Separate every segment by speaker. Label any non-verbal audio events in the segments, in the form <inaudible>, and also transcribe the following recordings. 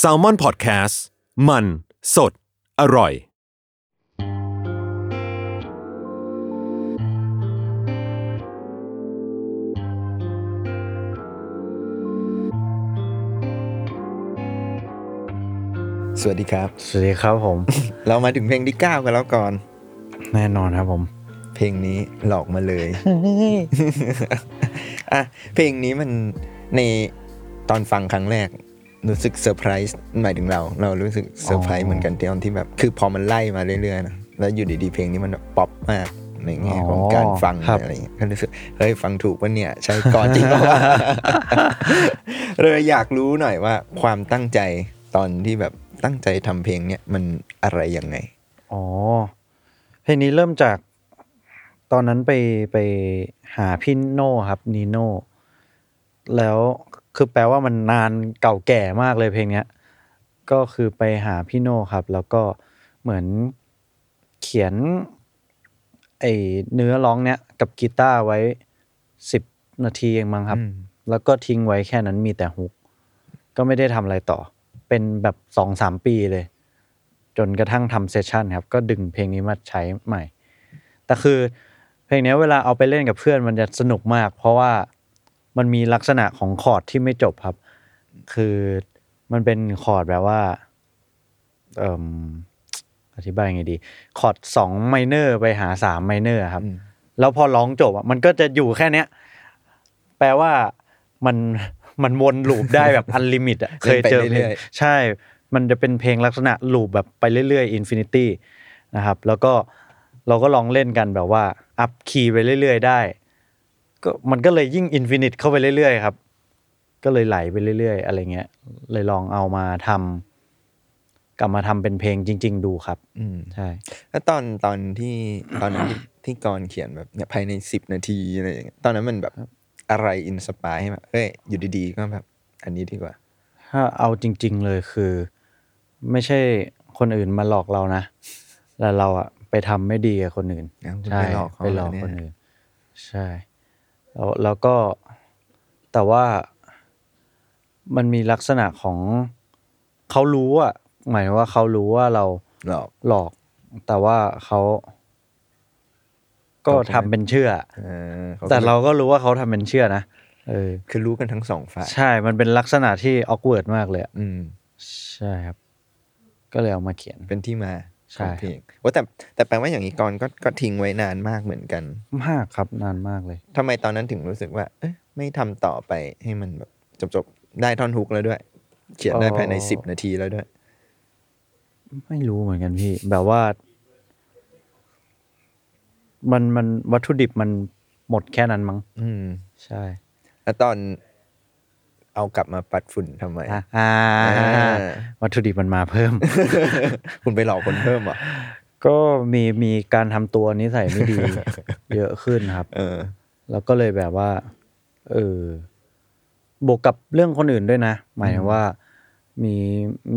Speaker 1: s a l ม o n PODCAST มัน สด อร่อย
Speaker 2: สวัสดีครับ
Speaker 3: สวัสดีครับผม
Speaker 2: เรามาถึงเพลงที่9กันแล้วก่อน
Speaker 3: <laughs> แน่นอนครับผม
Speaker 2: เพลงนี้หลอกมาเลย <laughs> อ่ะเพลงนี้มันในตอนฟังครั้งแรก รู้สึกเซอร์ไพรส์หมายถึงเรา เรารู้สึกเซอร์ไพร
Speaker 3: อ๋
Speaker 2: ส์
Speaker 3: อ
Speaker 2: เหมือนกันตอนที่แบบ คือพอมันไล่มาเรื่อยๆนะแล้วอยู่ดีๆเพลงนี้มันแบบป๊อปมากในแง่ของการฟังอะไรอย่างเงี้ยก็รู้สึกเฮ้ยฟังถูกปะเนี่ย ใช่ก่อนจริง <laughs> ปะวะ เลยอยากรู้หน่อยว่า ความตั้งใจตอนที่แบบตั้งใจทำเพลงเนี่ยมันอะไรยังไง
Speaker 3: อ๋อ เพลงนี้เริ่มจาก ตอนนั้นไปไปหาพี่โน่ครับนีโน่แล้วคือแปลว่ามันนานเก่าแก่มากเลยเพลงเนี้ย ก็คือไปหาพี่โน่ครับ แล้วก็เหมือนเขียนไอเนื้อร้องเนี้ยกับกีตาร์ไว้สิบนาทีเองมั้งครับ
Speaker 2: อืม
Speaker 3: แล้วก็ทิ้งไว้แค่นั้นมีแต่ฮุก ก็ไม่ได้ทำอะไรต่อ เป็นแบบสองสามปีเลย จนกระทั่งทำเซสชันครับ ก็ดึงเพลงนี้มาใช้ใหม่ แต่คือเพลงเนี้ยเวลาเอาไปเล่นกับเพื่อนมันจะสนุกมาก เพราะว่ามันมีลักษณะของคอร์ดที่ไม่จบครับ คือมันเป็นคอร์ดแบบว่าเอิ่มอธิบายยังไงดี คอร์ดสองไมเนอร์ไปหาสามไมเนอร์ครับ
Speaker 2: อืม
Speaker 3: แล้วพอร้องจบอะมันก็จะอยู่แค่เนี้ย แปลว่ามัน <laughs> มันวนลูปได้แบบอันลิมิตอ่ะ เคยเจอ
Speaker 2: เล่นไป
Speaker 3: เพ
Speaker 2: เรื่
Speaker 3: ล
Speaker 2: อย
Speaker 3: ง
Speaker 2: ๆ
Speaker 3: ใช่ มันจะเป็นเพลงลักษณะลูปแบบไปเรื่อยๆอินฟินิตี้นะครับ แล้วก็เราก็ลองเล่นกันแบบว่าอัพคีย์ไปเรื่อยๆได้ ก็มันก็เลยยิ่งอินฟินิตเข้าไปเรื่อยๆครับ ก็เลยไหลไปเรื่อยๆ อะไรเงี้ย เลยลองเอามาทำกลับมาทำเป็นเพลงจริง ๆ ดูครับ
Speaker 2: อืม
Speaker 3: ใช่
Speaker 2: แล้วตอนตอนที่ ตอนนั้น <coughs> ที่ที่กรเขียนแบบเนี่ยภายในสิบนาทีอะไรอย่างเงี้ยตอนนั้นมันแบบอะไรอินสปายให้แบบเอ้ยอยู่ดีๆ ก็แบบ อันนี้ดีกว่า
Speaker 3: ถ้าเอาจริง ๆ เลยคือ ไม่ใช่คนอื่นมาหลอกเรานะแต่เราอะไปทำไม่ดีกับคนอื่น
Speaker 2: อ้าวคุณ
Speaker 3: ใช่
Speaker 2: ไปหลอกเขา
Speaker 3: ไปหลอก
Speaker 2: เหรอเนี่ย
Speaker 3: คนอื่น ใช่แล้วแล้วก็แต่ว่ามันมีลักษณะของเขารู้อะหมายถึงว่าเขารู้ว่าเรา
Speaker 2: หรอก
Speaker 3: หลอก แต่ว่าเขาก็
Speaker 2: เขาคงไม่
Speaker 3: ทำเป็นเชื่อ
Speaker 2: เออข
Speaker 3: แต่เราก็รู้ว่าเขาทำเป็นเชื่อนะเออ
Speaker 2: คือรู้กันทั้งสองฝ่าย
Speaker 3: ใช่มันเป็นลักษณะที่ออกเวิร์ดมากเลยอะ
Speaker 2: อืม
Speaker 3: ใช่ครับ ก็เลยเอามาเขียน
Speaker 2: เป็นที่มาข
Speaker 3: ใช่
Speaker 2: องเพลงว่าแต่แต่แปลว่าอย่างนี้กรก็ก็ทิ้งไว้นานมากเหมือนกัน
Speaker 3: มากครับนานมากเลย
Speaker 2: ทำไมตอนนั้นถึงรู้สึกว่า เอ๊ะไม่ทำต่อไปให้มันแบบจบๆได้ท่อนฮุกแล้วด้วย เขียนได้ภายใน
Speaker 3: อ๋อ
Speaker 2: สิบนาทีแล้วด้วย
Speaker 3: ไม่รู้เหมือนกันพี่ แบบว่า มันมันวัตถุดิบมันหมดแค่นั้นมั้ง
Speaker 2: อืม
Speaker 3: ใช่
Speaker 2: แล้วตอนเอากลับมาปัดฝุ่นทำไม
Speaker 3: อ่ะอ่าวัตถุดิบมันมาเพิ่ม
Speaker 2: <laughs>
Speaker 3: <laughs>
Speaker 2: คุณไปหลอกคนเพิ่มเหรอ่ะ
Speaker 3: ก็มีมีการทำตัวนิสัยไม่ <laughs> ดี เยอะขึ้นครับ
Speaker 2: เออ
Speaker 3: แล้วก็เลยแบบว่า เออ บวกกับเรื่องคนอื่นด้วยนะ หมายถึงว่า มี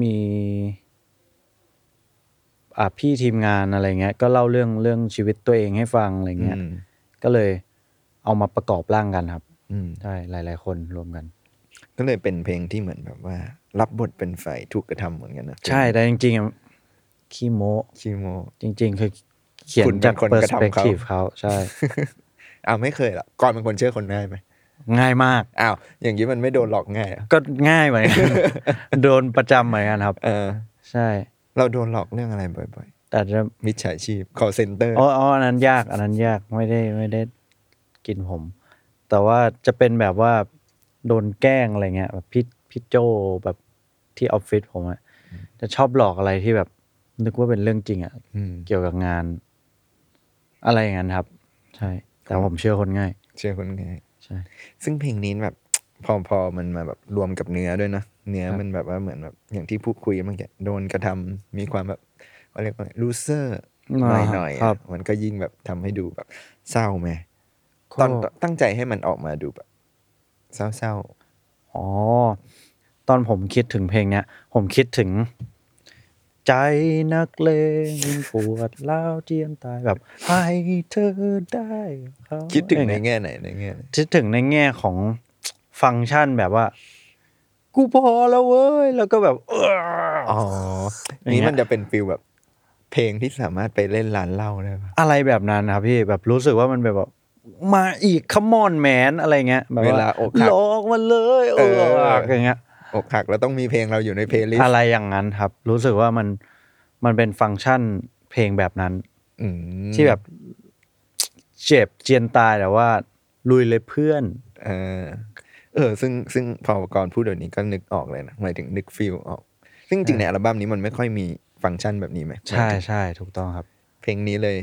Speaker 3: มี อ่ะพี่ทีมงานอะไรเงี้ย ก็เล่าเรื่องเรื่องชีวิตตัวเองให้ฟังอะไรเงี้ย
Speaker 2: อืม
Speaker 3: ก็เลยเอามาประกอบร่างกันครับ
Speaker 2: อืม
Speaker 3: ใช่ หลาย ๆ คนรวมกัน
Speaker 2: ก็เลยเป็นเพลงที่เหมือนแบบว่า รับบทเป็นฝ่ายถูกกระทำเหมือนกันนะ
Speaker 3: ใช่ แต่จริงๆอ่ะขี้โม
Speaker 2: ชิโม
Speaker 3: จริง ๆ คือเขียน
Speaker 2: คุณเป็น
Speaker 3: จาก
Speaker 2: คน
Speaker 3: เปอร์
Speaker 2: กระ
Speaker 3: ส
Speaker 2: ทำเขา
Speaker 3: เปกทีฟเขาใช่
Speaker 2: อ้าวไม่เคยเหรอก่อนเป็นคนเชื่อคนง่ายไหม
Speaker 3: ง่ายมาก
Speaker 2: อ้าวอย่างนี้มันไม่โดนหลอกง่ายเหรอ
Speaker 3: ก็ง่ายเหมือนกัน
Speaker 2: <laughs>
Speaker 3: โดนประจำเหมือนกันครับ
Speaker 2: เออ
Speaker 3: ใช่
Speaker 2: เราโดนหลอกเรื่องอะไรบ่อย
Speaker 3: แต่จะ
Speaker 2: ๆ มิจฉาชีพ call center
Speaker 3: อ๋ออ๋ออันนั้นยาก อันนั้นยาก ไม่ได้ ไม่ได้กินผม แต่ว่าจะเป็นแบบว่าโดนแกล้งอะไรเงี้ย แบบพี่พี่โจแบบที่ออฟฟิศผมอะจะชอบหลอกอะไรที่แบบ นึกว่าเป็นเรื่องจริงอะ
Speaker 2: อืม
Speaker 3: เกี่ยวกับงาน อะไรอย่างนั้นครับ ใช่ แต่ผมเชื่อคนง่าย
Speaker 2: เชื่อคนง่าย
Speaker 3: ใช่
Speaker 2: ซึ่งเพลงนี้แบบ พอพอมันมาแบบรวมกับเนื้อด้วยนะเนื้อ
Speaker 3: ครับ
Speaker 2: มันแบบว่าเหมือนแบบอย่างที่พูดคุยเมื่อกี้โดนกระทำมีความแบบว่าเรียกว่าลูเซอร์หน่อยหน่อยๆ
Speaker 3: ค
Speaker 2: อะ
Speaker 3: รับ
Speaker 2: มันก็ยิ่งแบบทำให้ดูแบบ เศร้าไหมตอนตอนตั้งใจให้มันออกมาดูแบบ เศร้า
Speaker 3: อ๋อ ตอนผมคิดถึงเพลงเนี้ย ผมคิดถึง ใจนักเลงปวดแล้าวเจียมตายแบบให้เธอได้เขา
Speaker 2: ๆ คิดถึง
Speaker 3: อะไร
Speaker 2: ใน
Speaker 3: เงี้ย
Speaker 2: แง่ไหนในแง่ไหน
Speaker 3: คิดถึงในแง่ของ ฟังก์ชันแบบว่า กูพอแล้วเว้ย แล้วก็แบบเออ
Speaker 2: อ๋อ
Speaker 3: อย่างเงี้ย
Speaker 2: นี่มันจะเป็นฟิลแบบ เพลงที่สามารถไปเล่นร้านเหล้าได้ปะ
Speaker 3: อะไรแบบนั้นนะครับพี่แบบรู้สึกว่ามันแบบว่ามาอีกขมอนแมนอะไรเงี้ยแบบ
Speaker 2: เวลาอก
Speaker 3: ห
Speaker 2: หั
Speaker 3: ล
Speaker 2: ก
Speaker 3: อกมันเลยเอ
Speaker 2: เอ
Speaker 3: อ
Speaker 2: อ
Speaker 3: อย่างเงี้ย
Speaker 2: อกหักแล้วต้องมีเพลงเราอยู่ในเพลย์ลิส
Speaker 3: อะไร
Speaker 2: ต์
Speaker 3: อย่างนั้นครับ รู้สึกว่ามันมันเป็นฟังก์ชันเพลงแบบนั้น
Speaker 2: อืม
Speaker 3: ที่แบบเจ็บเจียนตายแต่ว่า ลุยเลยเพื่อน
Speaker 2: เออ เออ ซึ่งซึ่งพอก่อนพูดเดี๋ยวนี้ก็นึกออกเลยนะหมายถึงนึกฟิลออก ซึ่งจริงๆในอัลบั้มนี้มันไม่ค่อยมีฟังก์ชันแบบนี้ไหม
Speaker 3: ใช่ใช่ถูกต้องครับ
Speaker 2: เพลงนี้เลย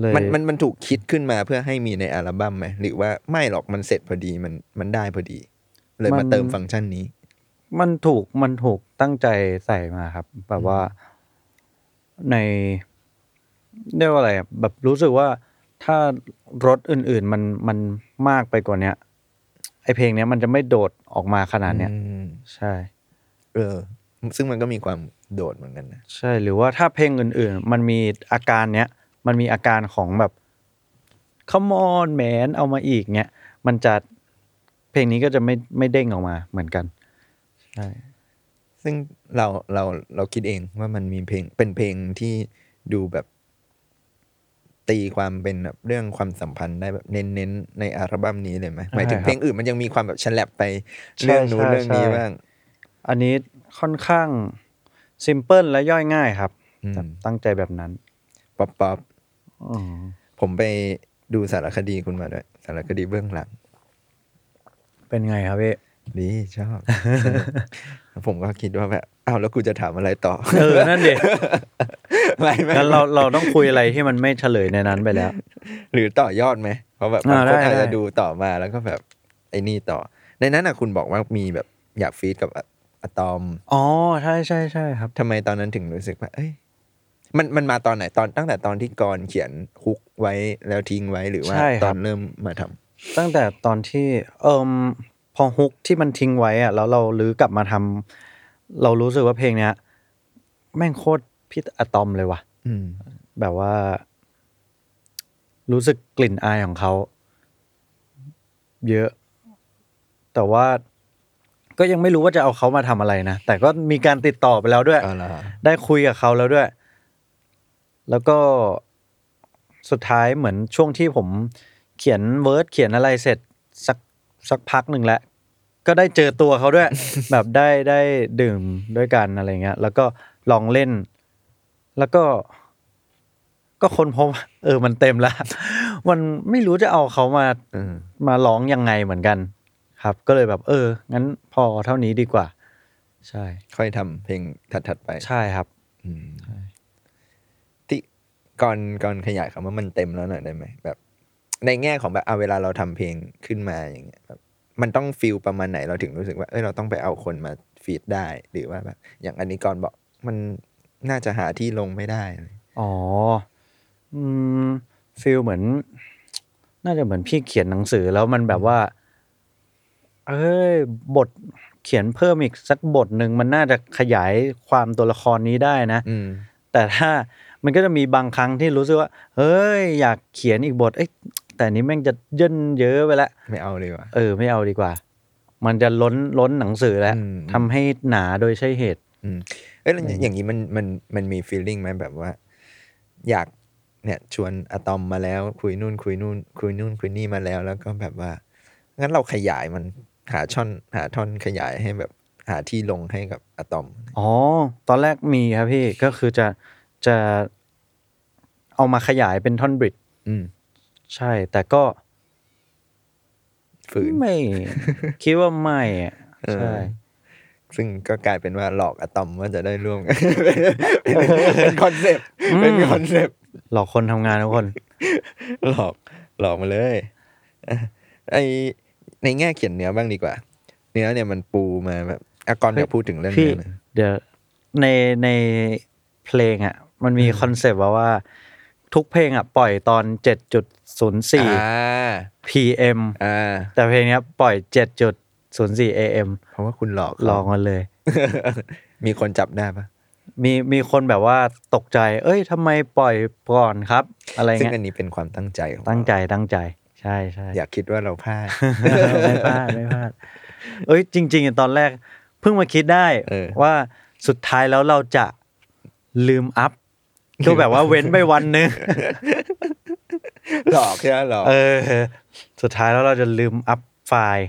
Speaker 3: เลย
Speaker 2: มันมันมันถูกคิดขึ้นมาเพื่อให้มีในอัลบั้มไหมหรือว่าไม่หรอกมันเสร็จพอดีมันมันได้พอดี เลยมาเติมฟังก์ชันนี้
Speaker 3: มันถูกมันถูกตั้งใจใส่มาครับ แบบว่าในเรียกว่าอะไรอะแบบรู้สึกว่าถ้ารถอื่น ๆ มันมันมากไปกว่าเนี้ยไอเพลงเนี้ยมันจะไม่โดดออกมาขนาดเนี้ย
Speaker 2: อืม
Speaker 3: ใช่
Speaker 2: เออ ซึ่งมันก็มีความโดดเหมือนกันนะ
Speaker 3: ใช่หรือว่าถ้าเพลงอื่น ๆ มันมีอาการเนี้ยมันมีอาการของแบบ come on man เอามาอีกเนี้ยมันจะเพลงนี้ก็จะไม่ไม่เด้งออกมาเหมือนกัน ใช่
Speaker 2: ซึ่งเราเราเราคิดเองว่ามันมีเพลงเป็นเพลงที่ดูแบบ ตีความเป็นแบบเรื่องความสัมพันธ์ได้แบบเน้นเน้นๆในอัลบั้มนี้เลยไหมหมายถึง
Speaker 3: ใช่ครับ
Speaker 2: เพลงอื่นมันยังมีความแบบฉลับไปเรื่องนู้น
Speaker 3: ใช่
Speaker 2: เรื่องนี้
Speaker 3: ใช่
Speaker 2: บ้าง
Speaker 3: อันนี้ค่อนข้าง ซิมเพิลและย่อยง่ายครับ
Speaker 2: อืม
Speaker 3: แบบตั้งใจแบบนั้น
Speaker 2: ป๊อปป๊อป
Speaker 3: อืม
Speaker 2: ผมไปดูสารคดีคุณมาด้วยสารคดีเบื้องหลัง
Speaker 3: เป็นไงครับพี่
Speaker 2: ดีช
Speaker 3: <laughs>
Speaker 2: อบ ผมก็คิดว่าแบบอ้าวแล้วกูจะถามอะไรต่อ
Speaker 3: <laughs> เออ นั่นเด็
Speaker 2: ไม่ไม่
Speaker 3: งั้นเราเราต้องคุยอะไรที่มันไม่เฉลยในนั้นไปแล้ว
Speaker 2: หรือต่อยอดไหมเพราะแบบ
Speaker 3: อ่า
Speaker 2: บางคน
Speaker 3: ได้
Speaker 2: อาจ
Speaker 3: ได้
Speaker 2: จะดูต่อมาแล้วก็แบบไอ้นี่ต่อ ในนั้นนะคุณบอกว่ามีแบบอยากฟีดกับอะอะตอม
Speaker 3: อ๋อใช่ใช่ใช่ครับ
Speaker 2: ทำไมตอนนั้นถึงรู้สึกว่า เอ้ย มันมันมาตอนไหนตอนตั้งแต่ตอนที่กรณ์เขียนฮุกไว้แล้วทิ้งไว้หรือว่า
Speaker 3: ใช่ครับ
Speaker 2: ตอนเริ่มมาทำ
Speaker 3: ตั้งแต่ตอนที่เอิมพอฮุกที่มันทิ้งไว้อะแล้วเรารื้อกลับมาทำเรารู้สึกว่าเพลงเนี้ย แม่งโคตรพิษอะตอมเลยว่ะ
Speaker 2: อืม
Speaker 3: แบบว่า รู้สึกกลิ่นอายของเขา เยอะ แต่ว่าก็ยังไม่รู้ว่าจะเอาเขามาทำอะไรนะ แต่ก็มีการติดต่อไปแล้วด้วย
Speaker 2: เอาล่ะ
Speaker 3: ได้คุยกับเขาแล้วด้วย แล้วก็สุดท้ายเหมือนช่วงที่ผมเขียนเวิร์ดเขียนอะไรเสร็จสักสักพักหนึ่งแล้ว ก็ได้เจอตัวเขาด้วย <laughs> แบบได้ได้ดื่มด้วยกันอะไรเงี้ย แล้วก็ลองเล่น แล้วก็ ก็คนพบว่าเออมันเต็มแล้ว <laughs> มันไม่รู้จะเอาเขามา
Speaker 2: เออ
Speaker 3: มาร้องยังไงเหมือนกัน ครับ ก็เลยแบบ เออ งั้นพอเท่านี้ดีกว่า ใช่
Speaker 2: ค่อยทำเพลงถัดๆไป
Speaker 3: ใช่ครับ
Speaker 2: อืมที่ก่อนก่อนขยายคำว่ามันเต็มแล้วหน่อยได้ไหมแบบ ในแง่ของแบบเอาเวลาเราทำเพลงขึ้นมาอย่างเงี้ยแบบมันต้องฟิลประมาณไหนเราถึงรู้สึกว่าเอ้ยเราต้องไปเอาคนมาฟีดได้ หรือว่าแบบ อย่างอันนี้ก่อนบอกมันน่าจะหาที่ลงไม่ได้เลย
Speaker 3: อ๋อ อืมฟิลเหมือน น่าจะเหมือนพี่เขียนหนังสือแล้วมันแบบว่า เอ้ย บทเขียนเพิ่มอีกสักบทหนึ่งมันน่าจะขยายความตัวละครนี้ได้นะ
Speaker 2: อืม
Speaker 3: แต่ถ้ามันก็จะมีบางครั้งที่รู้สึกว่า เฮ้ย อยากเขียนอีกบท เอ้ยแต่อันนี้แม่งจะเย่นเยอะไปละ
Speaker 2: ไม่เอาเลยว่ะ
Speaker 3: เออ ไม่เอาดีกว่า มันจะล้นล้นหนังสือแล้ว
Speaker 2: อืม
Speaker 3: ทำให้หนาโดยใช่เหตุ
Speaker 2: อืมเอ้ยแล้วอย่างอย่างนี้มันมันมันมีฟีลลิ่งไหมแบบว่า อยากเนี่ย ชวนอะตอมมาแล้ว คุยนู่นคุยนู่น คุยนู่นคุยนี่มาแล้ว แล้วก็แบบว่า งั้นเราขยายมันหาช่อนหาท่อนขยายให้แบบหาที่ลงให้กับอะตอม
Speaker 3: อ๋อ ตอนแรกมีครับพี่ ก็คือจะจะเอามาขยายเป็นท่อนบริดจ์
Speaker 2: อืม
Speaker 3: ใช่ แต่ก็
Speaker 2: ฝืน
Speaker 3: ไม่ คิดว่าไม่อะ
Speaker 2: เออ
Speaker 3: ใช่
Speaker 2: ซึ่งก็กลายเป็นว่าหลอกอะตอมว่าจะได้ <laughs> ร่วมกัน เป็นเป็นคอนเซปต์เป็นคอนเซปต์
Speaker 3: หลอกคนทำงานทุกคน
Speaker 2: หลอกหลอกมาเลยอ่ะไอในแง่เขียนเนื้อบ้างดีกว่า เนื้อเนี่ยมันปูมาแบบอากร
Speaker 3: เฮ้ย
Speaker 2: จะพูดถึงเรื่อง
Speaker 3: พี่
Speaker 2: เนื้อหน่อย
Speaker 3: เดี๋ยวในในเพลงอ่ะ มันมีคอนเซปต์ว่าว่า ทุกเพลงอ่ะ ปล่อยตอน
Speaker 2: อ่า
Speaker 3: 7.04 PM
Speaker 2: อ่า
Speaker 3: แต่เพลงเนี้ยปล่อย 7.04 AM
Speaker 2: เพราะว่าคุณหลอก
Speaker 3: ลอง
Speaker 2: เขา
Speaker 3: กันเลย
Speaker 2: <laughs> มีคนจับได้ปะ
Speaker 3: มีมีคนแบบว่าตกใจ เอ้ยทำไมปล่อยก่อนครับ อะไร
Speaker 2: ซึ่ง
Speaker 3: เงี้ย
Speaker 2: อันนี้เป็นความตั้งใจของเรา
Speaker 3: ตั้งใจตั้งใจ ใช่ใช่ <laughs>
Speaker 2: อย่าคิดว่าเราพลาด
Speaker 3: ไม่พลาดไม่พลาดเอ้ยจริง ๆ ตอนแรก เพิ่งมาคิดได้
Speaker 2: เออ
Speaker 3: ว่าสุดท้ายแล้วเราจะลืมอัพก็แบบ
Speaker 2: <laughs>
Speaker 3: ว่าเว้นไปวันหนึง
Speaker 2: <laughs> หลอกใช่ไหมหลอก
Speaker 3: เออ สุดท้ายแล้วเราจะลืมอัพไฟล์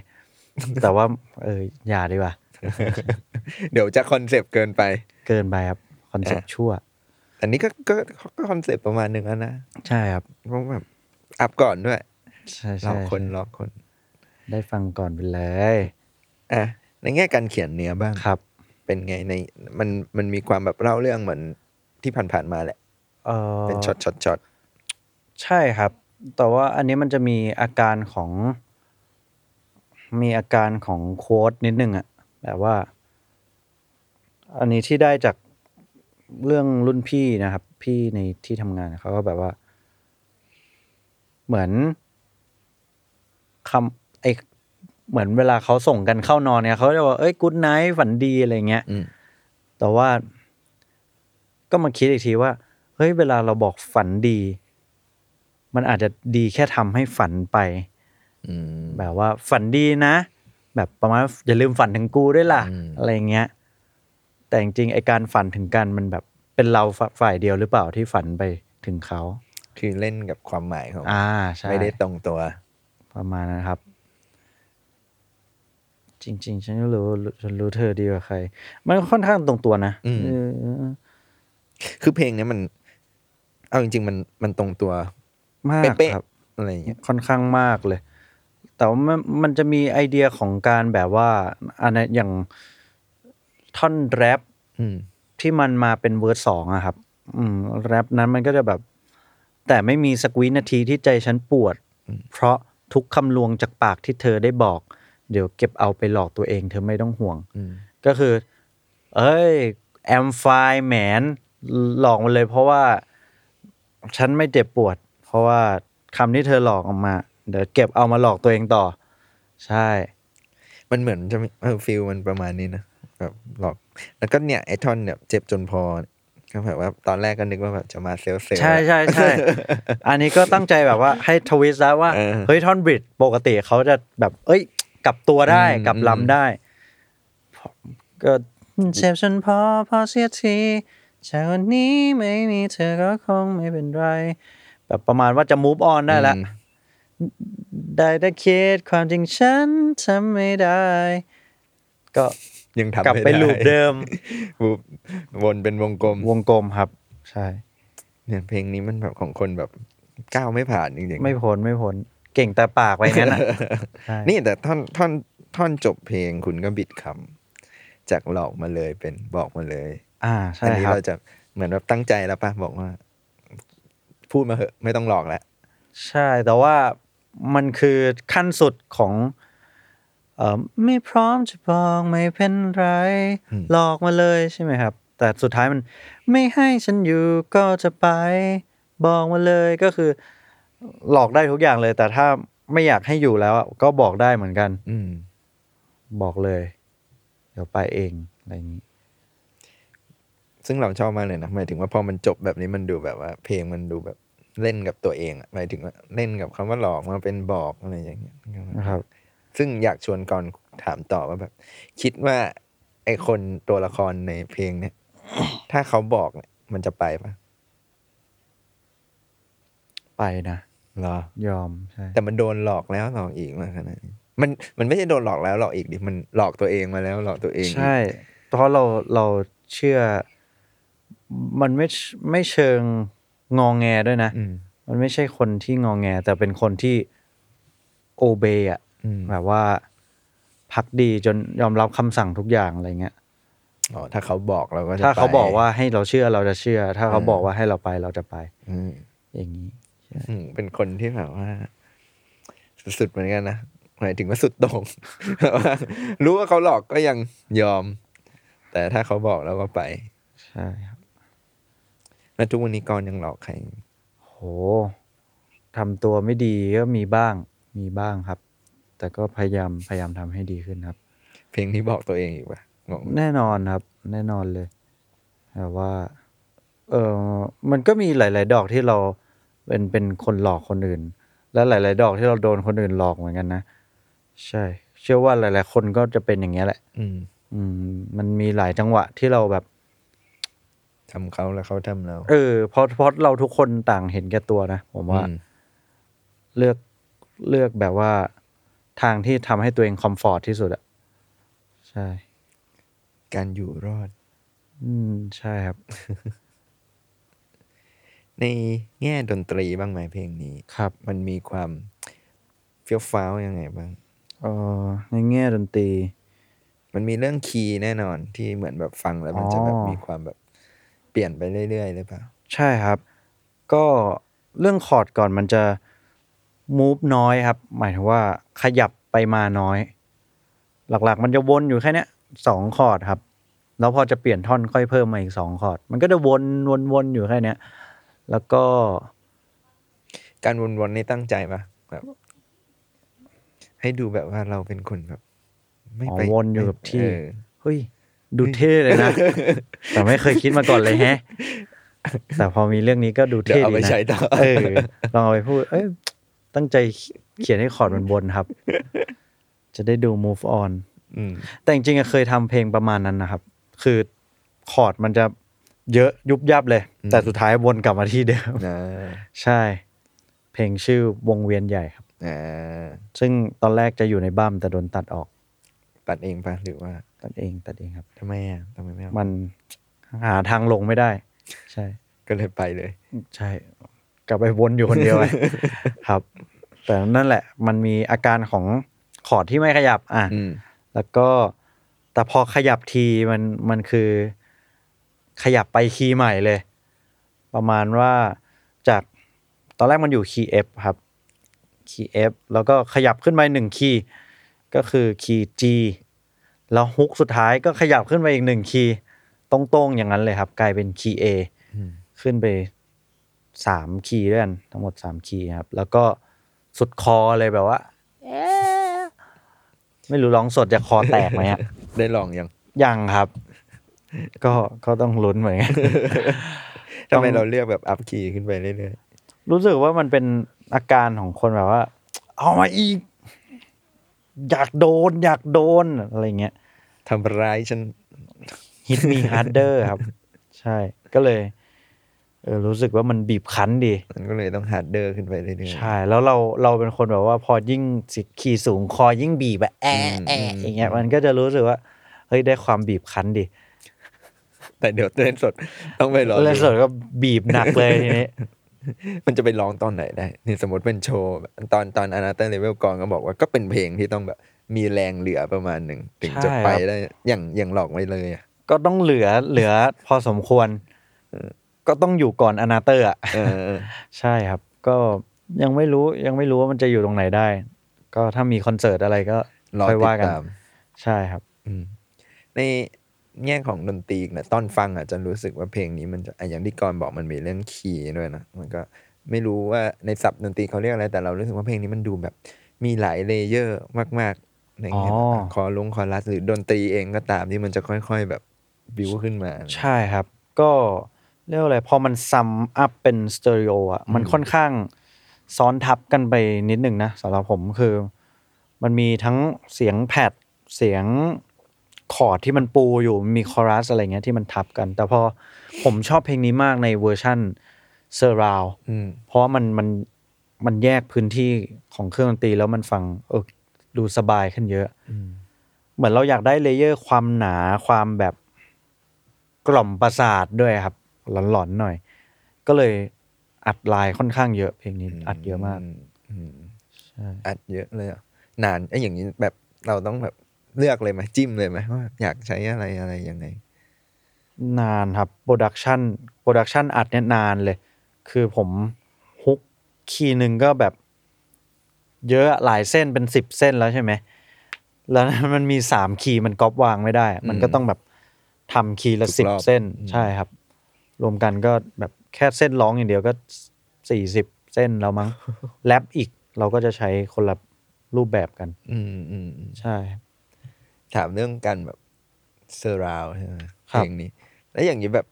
Speaker 3: แต่ว่า เอออย่าดีกว่า
Speaker 2: เดี๋ยวจะคอนเซปต์เกินไป
Speaker 3: เกินไปครับ คอนเซ็ปต์ชั่ว
Speaker 2: อันนี้ก็ก็ก็คอนเซปต์ประมาณหนึ่งแล้วนะ
Speaker 3: ใช่ครับ
Speaker 2: เพราะแบบอัพก่อนด้วย
Speaker 3: ใช่
Speaker 2: หล
Speaker 3: ใช่
Speaker 2: อกคนหลอกคน
Speaker 3: ได้ฟังก่อนไปเลย
Speaker 2: อ่ะในแง่การเขียนเนื้อบ้าง
Speaker 3: ครับ
Speaker 2: เป็นไงในมันมันมีความแบบเล่าเรื่องเหมือนที่ผ่านๆมาแหละ
Speaker 3: เออ
Speaker 2: เป็นช็อตช็อตช็อต
Speaker 3: ใช่ครับ แต่ว่าอันนี้มันจะมีอาการของ มีอาการของโค้ดนิดนึงอะแบบว่า อันนี้ที่ได้จากเรื่องรุ่นพี่นะครับ พี่ในที่ทำงานเขาก็แบบว่า เหมือนคำไอเหมือนเวลาเขาส่งกันเข้านอนเนี่ยเขาจะบอกเอ้ยกู๊ดไนท์ฝันดีอะไรเงี้ย
Speaker 2: อืม
Speaker 3: แต่ว่าก็มาคิดอีกทีว่า เฮ้ยเวลาเราบอกฝันดี มันอาจจะดีแค่ทำให้ฝันไป
Speaker 2: อืม
Speaker 3: แบบว่าฝันดีนะ แบบประมาณว่าอย่าลืมฝันถึงกูด้วยล่ะ
Speaker 2: อืม
Speaker 3: อะไรเงี้ย แต่จริงๆไอการฝันถึงกันมันแบบเป็นเราฝฝ่ายเดียวหรือเปล่าที่ฝันไปถึงเขา
Speaker 2: คือเล่นกับความหมายของ
Speaker 3: อ่าใช่
Speaker 2: ไม่ได้ตรงตัว
Speaker 3: ประมาณนั้นครับ จริง ๆ ฉันรู้ฉันรู้เธอดีกว่าใคร มันค่อนข้างตรงตัวนะ
Speaker 2: อืม
Speaker 3: เออ
Speaker 2: คือเพลงเนี้ยมัน เอาจริง ๆ มันมันตรงตัว
Speaker 3: มาก
Speaker 2: เป๊ะ
Speaker 3: ครับ
Speaker 2: ๆอะไรอย่างเงี้ย
Speaker 3: ค่อนข้างมากเลย แต่ว่ามันมันจะมีไอเดียของการแบบว่าอันนั้นอย่างท่อนแรป
Speaker 2: อืม
Speaker 3: ที่มันมาเป็นเวอร์สสองอะครับ อืมแรปนั้นมันก็จะแบบ แต่ไม่มีสักวินาทีที่ใจฉันปวด เพราะทุกคำลวงจากปากที่เธอได้บอก เดี๋ยวเก็บเอาไปหลอกตัวเองเธอไม่ต้องห่วง
Speaker 2: อืม
Speaker 3: ก็คือ เอ้ย แอมไฟแหมนหลอกมันเลยเพราะว่า ฉันไม่เจ็บปวด เพราะว่าคำที่เธอหลอกออกมา เดี๋ยวเก็บเอามาหลอกตัวเองต่อ ใช่
Speaker 2: มันเหมือนจะมีเออฟิลมันประมาณนี้นะแบบหลอก แล้วก็เนี่ยไอทอนเนี่ยเจ็บจนพอก็แบบว่าตอนแรกก็นึกว่าแบบจะมาเซลเซล
Speaker 3: ใช่ใช่ใช่
Speaker 2: <laughs>
Speaker 3: อันนี้ก็ตั้งใจแบบว่าให้ทวิสต์แล้วว่า
Speaker 2: เออ
Speaker 3: เฮ้ยท่อนบริดจ์ปกติเขาจะแบบ เอ้ย กลับตัวได้
Speaker 2: อืม
Speaker 3: กลับ
Speaker 2: อืม
Speaker 3: ลำได้ ก็เจ็บฉันพอพอเสียทีจากวันนี้ไม่มีเธอก็คงไม่เป็นไร แบบประมาณว่าจะ move on ได้แล้ว ได้แต่คิดความจริงฉันทำไม่ได้ ก็
Speaker 2: ยังทำ
Speaker 3: กลับไปลูปเดิม
Speaker 2: วูบวนเป็นวงกลม
Speaker 3: วงกลมครับ ใช่
Speaker 2: เนี่ยเพลงนี้มันแบบของคนแบบก้าวไม่ผ่านจริงๆ
Speaker 3: ไม่พ้นไม่พ้นเก่งแต่ปากไปงั้นอ่ะใช่
Speaker 2: นี่แต่ท่อนท่อนท่อนจบเพลงคุณก็บิดคำจากหลอกมาเลยเป็นบอกมาเลย
Speaker 3: อ่า
Speaker 2: อั
Speaker 3: ใช่
Speaker 2: นนี้
Speaker 3: ครับ
Speaker 2: เราจะเหมือนแบบตั้งใจแล้วป่ะ บอกว่า พูดมาเหอะ ไม่ต้องหลอกแล้ว
Speaker 3: ใช่แต่ว่ามันคือขั้นสุดของเอ่อไม่พร้อมจะบอกไม่เป็นไร
Speaker 2: อืม
Speaker 3: หลอกมาเลยใช่ไหมครับ แต่สุดท้ายมันไม่ให้ฉันอยู่ก็จะไป บอกมาเลยก็คือ หลอกได้ทุกอย่างเลย แต่ถ้าไม่อยากให้อยู่แล้วอะก็บอกได้เหมือนกัน
Speaker 2: อืม
Speaker 3: บอกเลย เดี๋ยวไปเองอะไรอย่างนี้
Speaker 2: ซึ่งเราชอบมากเลยนะหมายถึงว่าพอมันจบแบบนี้มันดูแบบว่า เพลงมันดูแบบเล่นกับตัวเองอะหมายถึงว่าเล่นกับคำว่าหลอกมาเป็นบอกอะไรอย่างเงี้ย
Speaker 3: นะครับ
Speaker 2: ซึ่งอยากชวนก่อนถามต่อว่าแบบ คิดว่า ไอคนตัวละครในเพลงเนี่ย ถ้าเขาบอกเนี่ยมันจะไปปะ
Speaker 3: ไปนะ
Speaker 2: หรอ
Speaker 3: ยอมใช่
Speaker 2: แต่มันโดนหลอกแล้วหลอกอีกมาขนาดนี้มันมันไม่ใช่โดนหลอกแล้วหลอกอีกดิมันหลอกตัวเองมาแล้วหลอกตัวเองอีก
Speaker 3: ใช่เพราะเราเราเชื่อ มันไม่ไม่เชิงงองแงด้วยนะ
Speaker 2: อืม
Speaker 3: มันไม่ใช่คนที่งองแง แต่เป็นคนที่โอเบอ่ะ
Speaker 2: อืม
Speaker 3: แบบว่าพักดีจนยอมรับคำสั่งทุกอย่างอะไรเงี้ย
Speaker 2: อ๋อถ้าเขาบอกเราก็จะ
Speaker 3: ถ้าเขา
Speaker 2: ไป
Speaker 3: บอกว่าให้เราเชื่อเราจะเชื่อ ถ้าเขาบอกว่าให้เราไปเราจะไป
Speaker 2: อืม
Speaker 3: อย่างนี้
Speaker 2: อืมเป็นคนที่แบบว่า สุดๆเหมือนกันนะหมายถึงว่าสุดโตรง <laughs> แบบว่ารู้ว่าเขาหลอกก็ยังยอม แต่ถ้าเขาบอกเราก็ไป
Speaker 3: ใช่ครับ
Speaker 2: แล้วทุกวันนี้กรยังหลอกใคร
Speaker 3: โหทำตัวไม่ดีก็มีบ้าง มีบ้างครับ แต่ก็พยายามพยายามทำให้ดีขึ้นครับ
Speaker 2: เพลงนี้บอกตัวเองอีกปะบอก
Speaker 3: แน่นอนครับ แน่นอนเลยแต่ว่า เออมันก็มีหลาย ๆ ดอกที่เราเป็นเป็นคนหลอกคนอื่น และหลาย ๆ ดอกที่เราโดนคนอื่นหลอกเหมือนกันนะ ใช่ เชื่อว่าหลาย ๆ คนก็จะเป็นอย่างเงี้ยแหละ
Speaker 2: อืม
Speaker 3: อืมมันมีหลายจังหวะที่เราแบบ
Speaker 2: ทำเขาแล้วเขาทำเรา
Speaker 3: เออเพราะเพราะเราทุกคนต่างเห็นแก่ตัวนะผมว่า
Speaker 2: อืม
Speaker 3: เลือกเลือกแบบว่าทางที่ทำให้ตัวเองคอมฟอร์ทที่สุดอะใช่
Speaker 2: การอยู่รอด
Speaker 3: อืมใช่ครับ
Speaker 2: ในแง่ดนตรีบ้างไหมเพลงนี้
Speaker 3: ครับ
Speaker 2: มันมีความเฟี้ยวฟ้าวยังไงบ้าง
Speaker 3: เออในแง่ดนตรี
Speaker 2: มันมีเรื่องคีย์แน่นอนที่เหมือนแบบฟังแล้วมันจะแบบ
Speaker 3: อ๋อ
Speaker 2: มีความแบบเปลี่ยนไปเรื่อยๆหรือเปล่า
Speaker 3: ใช่ครับ ก็เรื่องคอร์ดก่อนมันจะ move น้อยครับ หมายถึงว่าขยับไปมาน้อย หลักๆ มันจะวนอยู่แค่เนี้ยสองคอร์ดครับ แล้วพอจะเปลี่ยนท่อนค่อยเพิ่มมาอีกสองคอร์ด มันก็จะวนวนวนอยู่แค่เนี้ยแล้วก็
Speaker 2: การวนๆนี่ตั้งใจปะแบบ ให้ดูแบบว่าเราเป็นคนแบบ ไม่ไป
Speaker 3: อ๋อวนอยู่กับที่
Speaker 2: เอ
Speaker 3: เฮ้ย ดูเท่เลยนะ แต่ไม่เคยคิดมาก่อนเลยแฮะ แต่พอมีเรื่องนี้ก็ดู
Speaker 2: เดี๋ยว
Speaker 3: เท่
Speaker 2: เอา
Speaker 3: ดี
Speaker 2: ไป
Speaker 3: นะ
Speaker 2: ใช้ต่อ
Speaker 3: เออลองเอาไปพูด เอ้ย ตั้งใจเขียนให้คอร์ดมันบนครับ จะได้ดู move on
Speaker 2: อืม
Speaker 3: แต่จริงๆอะเคยทำเพลงประมาณนั้นนะครับ คือคอร์ดมันจะเยอะยุบยับเลย แต่สุดท้ายวนกลับมาที่เดิม <laughs>
Speaker 2: นะ
Speaker 3: ใช่ เพลงชื่อวงเวียนใหญ่ครับ
Speaker 2: อ่า
Speaker 3: ซึ่งตอนแรกจะอยู่ในบัมแต่โดนตัดออก
Speaker 2: ตัดเองปะหรือว่า
Speaker 3: ตัดเองตัดเองครับ
Speaker 2: ทำไมอ่ะทำไมไม่เอา
Speaker 3: มันหาทางลงไม่ได้ ใช่
Speaker 2: ก็เลยไปเลย
Speaker 3: ใช่ กลับไปวนอยู่คนเดียวไง ครับ แต่นั่นแหละ มันมีอาการของขอดที่ไม่ขยับ อ่ะ
Speaker 2: อืม
Speaker 3: แล้วก็แต่พอขยับทีมันมันคือขยับไปคีย์ใหม่เลย ประมาณว่าจากตอนแรกมันอยู่คีย์ F ครับคีย์ F แล้วก็ขยับขึ้นไปหนึ่งคีย์ก็คือคีย์ G แล้วฮุกสุดท้ายก็ขยับขึ้นไปอีกหนึ่งคีย์ตรงๆอย่างนั้นเลยครับ กลายเป็นคีย์ A ขึ้นไปสามคีย์ด้วยกันทั้งหมดสามคีย์ครับ แล้วก็สุดคอเลยแบบว่าเอ๊ะไม่รู้ร้องสดจะคอแตกไหม
Speaker 2: <laughs>
Speaker 3: ฮะ
Speaker 2: ได้ลองยัง
Speaker 3: ยังครับ ก็ก็ต้องลุ้นเหมือนกัน <laughs>
Speaker 2: ทำไมเราเลือกแบบอัพคีย์ขึ้นไปเรื่อย
Speaker 3: รู้สึกว่ามันเป็นอาการของคนแบบว่า เอามาอีก อยากโดน อยากโดน อะไรเงี้ย
Speaker 2: ๆทำร้ายฉัน
Speaker 3: hit me harder ครับ ใช่ ก็เลย เออรู้สึกว่ามันบีบคั้นดี
Speaker 2: มันก็เลยต้องหาดเดอร์ขึ้นไปเรื่อยๆ
Speaker 3: ใช่ แล้วเราเราเป็นคนแบบว่าพอยิ่งสิขีดสูงคอยิ่งบีบแบบแอะแอะอย่างเงี้ย มันก็จะรู้สึกว่า เฮ้ยได้ความบีบคั้นดี
Speaker 2: แต่เดี๋ยวเล่นสดต้องไปรอดู
Speaker 3: เล่นสดก็บีบหนักเลยทีนี้
Speaker 2: มันจะไปร้องตอนไหนได้นี่สมมติเป็นโชว์แบบตอนตอนอนาเตอร์เลเวลกองก็บอกว่าก็เป็นเพลงที่ต้องแบบมีแรงเหลือประมาณหนึ่งถึงจะ
Speaker 3: ใช่ครับ
Speaker 2: ไปได้อย่างอย่างหลอกไว้เลยอะ
Speaker 3: ก็ต้องเหลือเหลือพอสมควร ก็ต้องอยู่ก่อนอนาเตอร์อ่ะ
Speaker 2: เออ
Speaker 3: ใช่ครับ ก็ยังไม่รู้ยังไม่รู้ว่ามันจะอยู่ตรงไหนได้ ก็ถ้ามีคอนเสิร์ตอะไรก็
Speaker 2: รอ
Speaker 3: ค่อย
Speaker 2: ติ
Speaker 3: ว่า
Speaker 2: ด
Speaker 3: กัน
Speaker 2: ตาม
Speaker 3: ใช่ครับ
Speaker 2: อืมในแง่ของดนตรีอีกนะตอนฟังอ่ะจะรู้สึกว่าเพลงนี้มันจะอ่ะอย่างที่กรณ์บอกมันมีเรื่องคีย์ด้วยนะมันก็ไม่รู้ว่าในศัพท์ดนตรีเขาเรียกอะไรแต่เรารู้สึกว่าเพลงนี้มันดูแบบมีหลายเลเยอร์มากๆในแง่แบบ
Speaker 3: อ๋อ
Speaker 2: อ่ะคอลงคอรัสหรือดนตรีเองก็ตามที่มันจะค่อยๆแบบบิวขึ้นมา
Speaker 3: ใช่ครับ ก็เรียกว่าอะไรพอมันซัมอัพเป็นสเตอริโออ่ะ มันค่อนข้างซ้อนทับกันไปนิดหนึ่งนะสำหรับผมคือ มันมีทั้งเสียงแพดเสียงคอร์ดที่มันปูอยู่มีคอรัสอะไรเงี้ยที่มันทับกัน แต่พอผมชอบเพลงนี้มากในเวอร์ชั่นเซอร์ราว
Speaker 2: อืม
Speaker 3: เพราะว่ามันมันมันแยกพื้นที่ของเครื่องดนตรีแล้วมันฟังเออดูสบายขึ้นเยอะ เหมือนเราอยากได้เลเยอร์ความหนาความแบบกล่อมประสาทด้วยครับหลอนๆหน่อย ก็เลยอัดลายค่อนข้างเยอะเพลงนี้อัดเยอะมาก
Speaker 2: อืม
Speaker 3: ใช่
Speaker 2: อัดเยอะเลยเหรอนานไอ้ยอย่างนี้แบบเราต้องแบบเลือกเลยไหมจิ้มเลยไหมว่าอยากใช้อะไรอะไรยังไง
Speaker 3: นานครับโปรดักชันโปรดักชันอัดเนี่ยนานเลย คือผมฮุกคีย์หนึ่งก็แบบ เยอะหลายเส้นเป็นสิบเส้นแล้วใช่ไหม แล้ว มันมีสามคีย์มันก๊อปวางไม่ได้ มันก็ต้องแบบทำคีย์ละ
Speaker 2: ทุ
Speaker 3: สิ
Speaker 2: ก
Speaker 3: บ
Speaker 2: รอบ
Speaker 3: เส้นใช่ครับ รวมกันก็แบบแค่เส้นร้องอย่างเดียวก็สี่สิบเส้นแล้ว
Speaker 2: <laughs>
Speaker 3: มั้ง แรปอีกเราก็จะใช้คนละรูปแบบกัน
Speaker 2: อืมอืมอืม
Speaker 3: ใช่
Speaker 2: ถามเรื่องการแบบเซอร์ราวใช่ไหม
Speaker 3: ครับ
Speaker 2: เพลงนี้ แล้วอย่างนี้แบบ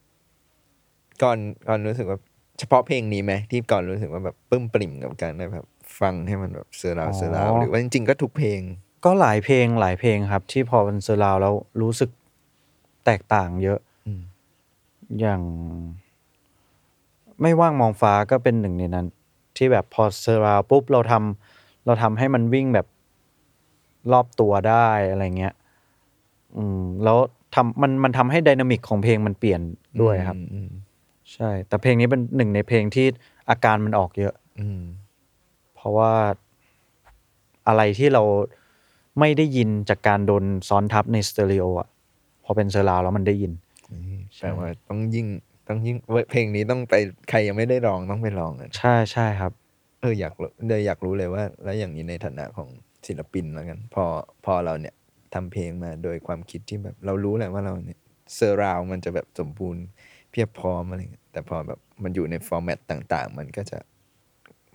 Speaker 2: ก่อนก่อนรู้สึกว่า เฉพาะเพลงนี้ไหมที่ก่อนรู้สึกว่าแบบปลื้มปริ่มกับการได้แบบ ฟังให้มันแบบเซอร์ราวเซอร์ราวหรือว่าจริงๆก็ทุกเพลง
Speaker 3: ก็หลายเพลงหลายเพลงครับ ที่พอเป็นเซอร์ราวแล้วรู้สึกแตกต่างเยอะ
Speaker 2: อืม
Speaker 3: อย่าง ไม่ว่างมองฟ้าก็เป็นหนึ่งในนั้น ที่แบบพอเซอร์ราวปุ๊บเราทำเราทำให้มันวิ่งแบบรอบตัวได้อะไรเงี้ย อืม แล้วทำมันมันทำให้ไดินามิกของเพลงมันเปลี่ยนด้วยครับ
Speaker 2: อืม
Speaker 3: ใช่ แต่เพลงนี้เป็นหนึ่งในเพลงที่อาการมันออกเยอะ
Speaker 2: อืม
Speaker 3: เพราะว่าอะไรที่เราไม่ได้ยินจากการโดนซ้อนทับในสเตอริโออ่ะ พอเป็นเซอร์ราวแล้วมันได้ยิน
Speaker 2: อืมแต่ว่าต้องยิ่งต้องยิ่งเว้ยเพลงนี้ต้องไปใครยังไม่ได้ลองต้องไปลองอะ
Speaker 3: ใช่ใช่ครับ
Speaker 2: เอออยากรู้เลยอยากรู้เลยว่า แล้วอย่างนี้ในฐานะของศิลปินแล้วกัน พอพอเราเนี่ยทำเพลงมาโดยความคิดที่แบบ เรารู้แหละว่าเราเนี่ยเซอร์ราวมันจะแบบสมบูรณ์เพียบพร้อมอะไรเงี้ยแต่พอแบบมันอยู่ในฟอร์แมตต่าง ๆ มันก็จะ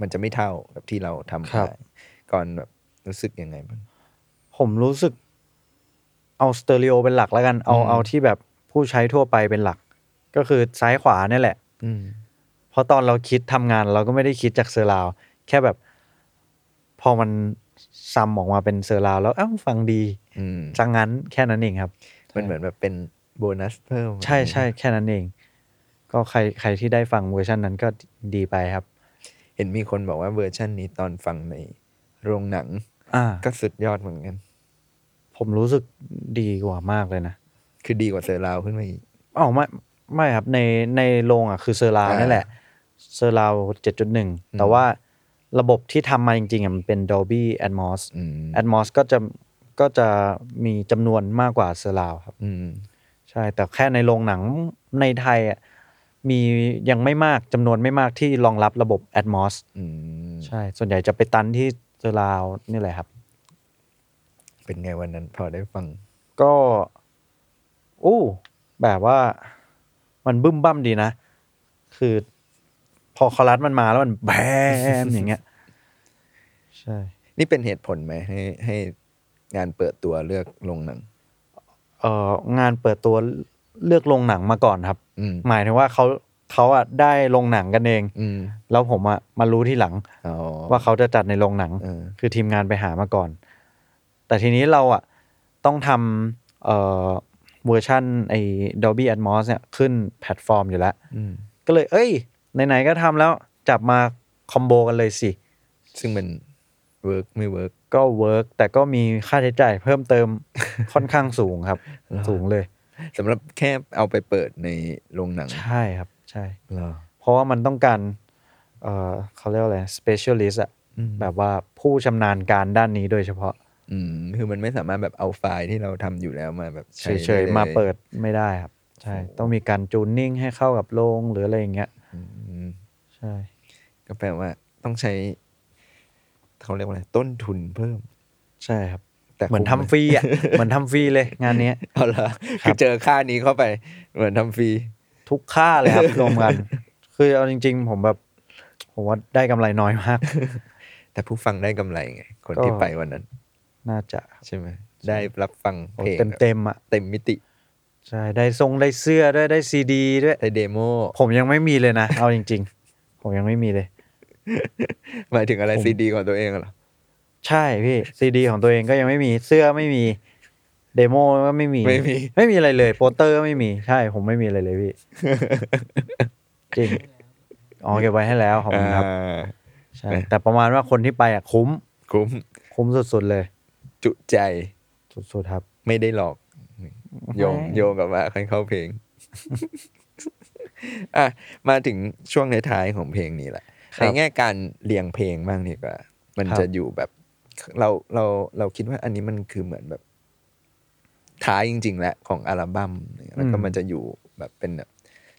Speaker 2: มันจะไม่เท่ากับที่เราทำ
Speaker 3: ครั
Speaker 2: ได้
Speaker 3: บ
Speaker 2: ก่อนแบบรู้สึกยังไงบ้าง
Speaker 3: ผมรู้สึกเอาสเตอริโอเป็นหลักแล้วกัน เอา
Speaker 2: อืม
Speaker 3: เอาที่แบบผู้ใช้ทั่วไปเป็นหลัก ก็คือซ้ายขวาเนี่ยแหละ
Speaker 2: อืม
Speaker 3: เพราะตอนเราคิดทำงานเราก็ไม่ได้คิดจากเซอร์ราว แค่แบบ พอมันซ้ำออกมาเป็นเซอร์ราว แล้วเอ้าฟังดี
Speaker 2: อืม
Speaker 3: จังงั้นแค่นั้นเองครับ
Speaker 2: มันเหมือนแบบเป็นโบนัสเพิ่ม
Speaker 3: ใช่ใช่แค่นั้นเอง ก็ใครใครที่ได้ฟังเวอร์ชันนั้นก็ดีไปครับ
Speaker 2: เห็นมีคนบอกว่าเวอร์ชั่นนี้ตอนฟังในโรงหนัง
Speaker 3: อ่า
Speaker 2: ก็สุดยอดเหมือนกัน
Speaker 3: ผมรู้สึกดีกว่ามากเลยนะ
Speaker 2: คือดีกว่าเซอร์ราวขึ้นมาอีก
Speaker 3: อ๋อไม่ไม่ครับในในโรงอ่ะคือเซอร์ราว
Speaker 2: อ่า
Speaker 3: นั่นแหละเซอร์ราวเจ็ดจุดหนึ่งแต่ว่าระบบที่ทำมาจริงๆอ่ะมันเป็น Dolby Atmos
Speaker 2: อืม
Speaker 3: Atmos ก็จะก็จะมีจำนวนมากกว่าเซอร์ราวครับ
Speaker 2: อืม
Speaker 3: ใช่แต่แค่ในโรงหนังในไทยอ่ะมียังไม่มากจำนวนไม่มากที่รองรับระบบ Atmos
Speaker 2: อืม
Speaker 3: ใช่ ส่วนใหญ่จะไปตันที่เซอร์ราวด์นี่แหละครับ
Speaker 2: เป็นไงวันนั้นพอได้ฟัง
Speaker 3: ก็อู้แบบว่ามันบึ้มบั้มดีนะ คือ พอคอรัสมันมาแล้วมันแบม อย่างเงี้ย ใช่
Speaker 2: นี่เป็นเหตุผลไหมให้ให้งานเปิดตัวเลือกลงหนัง
Speaker 3: เอ่องานเปิดตัวเลือกโรงหนังมาก่อนครับ
Speaker 2: อืม
Speaker 3: หมายถึงว่าเขาเขาอ่ะได้โรงหนังกันเอง
Speaker 2: อืม
Speaker 3: แล้วผมอ่ะมารู้ที่หลัง
Speaker 2: อ๋อ
Speaker 3: ว่าเขาจะจัดในโรงหนัง
Speaker 2: เออ
Speaker 3: คือทีมงานไปหามาก่อน แต่ทีนี้เราอ่ะต้องทำเอ่อเวอร์ชันไอ้ Dolby Atmos เนี่ยขึ้นแพลตฟอร์มอยู่แล้ว
Speaker 2: อืม
Speaker 3: ก็เลย เอ้ย ไหนๆก็ทำแล้วจับมาคอมโบกันเลยสิ
Speaker 2: ซึ่งมันเวิร์กไม่เวิร์ก
Speaker 3: ก็เวิร์กแต่ก็มีค่าใช้จ่ายเพิ่มเติม <laughs> ค่อนข้างสูงครับ
Speaker 2: หรอ
Speaker 3: สูงเลย
Speaker 2: สำหรับแค่เอาไปเปิดในโรงหนัง
Speaker 3: ใช่ครับ ใช่
Speaker 2: เหรอ
Speaker 3: เพราะว่ามันต้องการเอ่อเขาเรียกว่าอะไร specialist อะ
Speaker 2: อืม
Speaker 3: แบบว่าผู้ชำนาญการด้านนี้โดยเฉพาะ
Speaker 2: อืมคือมันไม่สามารถแบบเอาไฟล์ที่เราทำอยู่แล้วมาแบบ
Speaker 3: เ
Speaker 2: ใช้
Speaker 3: ฉย
Speaker 2: ได้ล
Speaker 3: ๆ มาเปิดไม่ได้ครับ ใช่ ต้องมีการจูนนิ่งให้เข้ากับโรงหรืออะไรอย่างเงี้ย
Speaker 2: อืม
Speaker 3: ใช่
Speaker 2: ก็แปลว่าต้องใช้เขาเรียกว่าอะไรต้นทุนเพิ่ม
Speaker 3: ใช่ครับ
Speaker 2: แต่
Speaker 3: เหมือน
Speaker 2: คุ้
Speaker 3: ทำฟรีอ่ะ <laughs> เหมือนทำฟรีเลยงานเนี้ย
Speaker 2: เอาละ
Speaker 3: ครั
Speaker 2: คือบ เจอค่านี้เข้าไปเหมือนทำฟรี
Speaker 3: ทุกค่าเลยครับ รวมกัน คือเอาจริง ๆ ผมแบบ ผมว่าได้กำไรน้อยมาก
Speaker 2: แต่ผู้ฟังได้กำไรไง คน
Speaker 3: ก็
Speaker 2: ที่ไปวันนั้น
Speaker 3: น่าจะ
Speaker 2: ใช่ไหม ได้รับฟังเพลง
Speaker 3: เต็ม
Speaker 2: แบบ
Speaker 3: เต็มๆอ่ะ
Speaker 2: เต็มมิติ
Speaker 3: ใช่ได้ทรงได้เสื้อด้วยได้ซีดีด้วย
Speaker 2: ได้เดโม
Speaker 3: ผมยังไม่มีเลยนะ เอาจริง ๆ ผมยังไม่มีเลย
Speaker 2: หมายถึงอะไร
Speaker 3: ผม
Speaker 2: ซีดีของตัวเองเหรอ
Speaker 3: ใช่พี่ซีดีของตัวเองก็ยังไม่มีเสื้อไม่มีเดโมก็ไม่มี
Speaker 2: ไม่มี
Speaker 3: ไม่มีอะไรเลยโปสเตอร์ก็ไม่มีใช่ผมไม่มีอะไรเลยพี่ จริงอ๋อเก็บไว้ให้แล้วขอบคุณครับ
Speaker 2: อ่า
Speaker 3: ใช่
Speaker 2: ไป
Speaker 3: แต่ประมาณว่าคนที่ไปอ่ะคุ้ม
Speaker 2: คุ้ม
Speaker 3: คุ้มสุดๆเลย
Speaker 2: จุใจ
Speaker 3: สุดๆครับ
Speaker 2: ไม่ได้หลอก โยง
Speaker 3: ไม่
Speaker 2: โยงกลับว่าคันเข้าเพลง <laughs> อ่ะ มาถึงช่วงท้ายๆของเพลงนี้แหละ
Speaker 3: ครับ
Speaker 2: ในแง่การเรียงเพลงบ้างดีกว่า มัน
Speaker 3: ครับ
Speaker 2: จะอยู่แบบ เราเราเราคิดว่าอันนี้มันคือเหมือนแบบ ท้ายจริง ๆ แหละของอัลบั้มเนี่ยแล้วก็มันจะอยู่แบบเป็นแบบ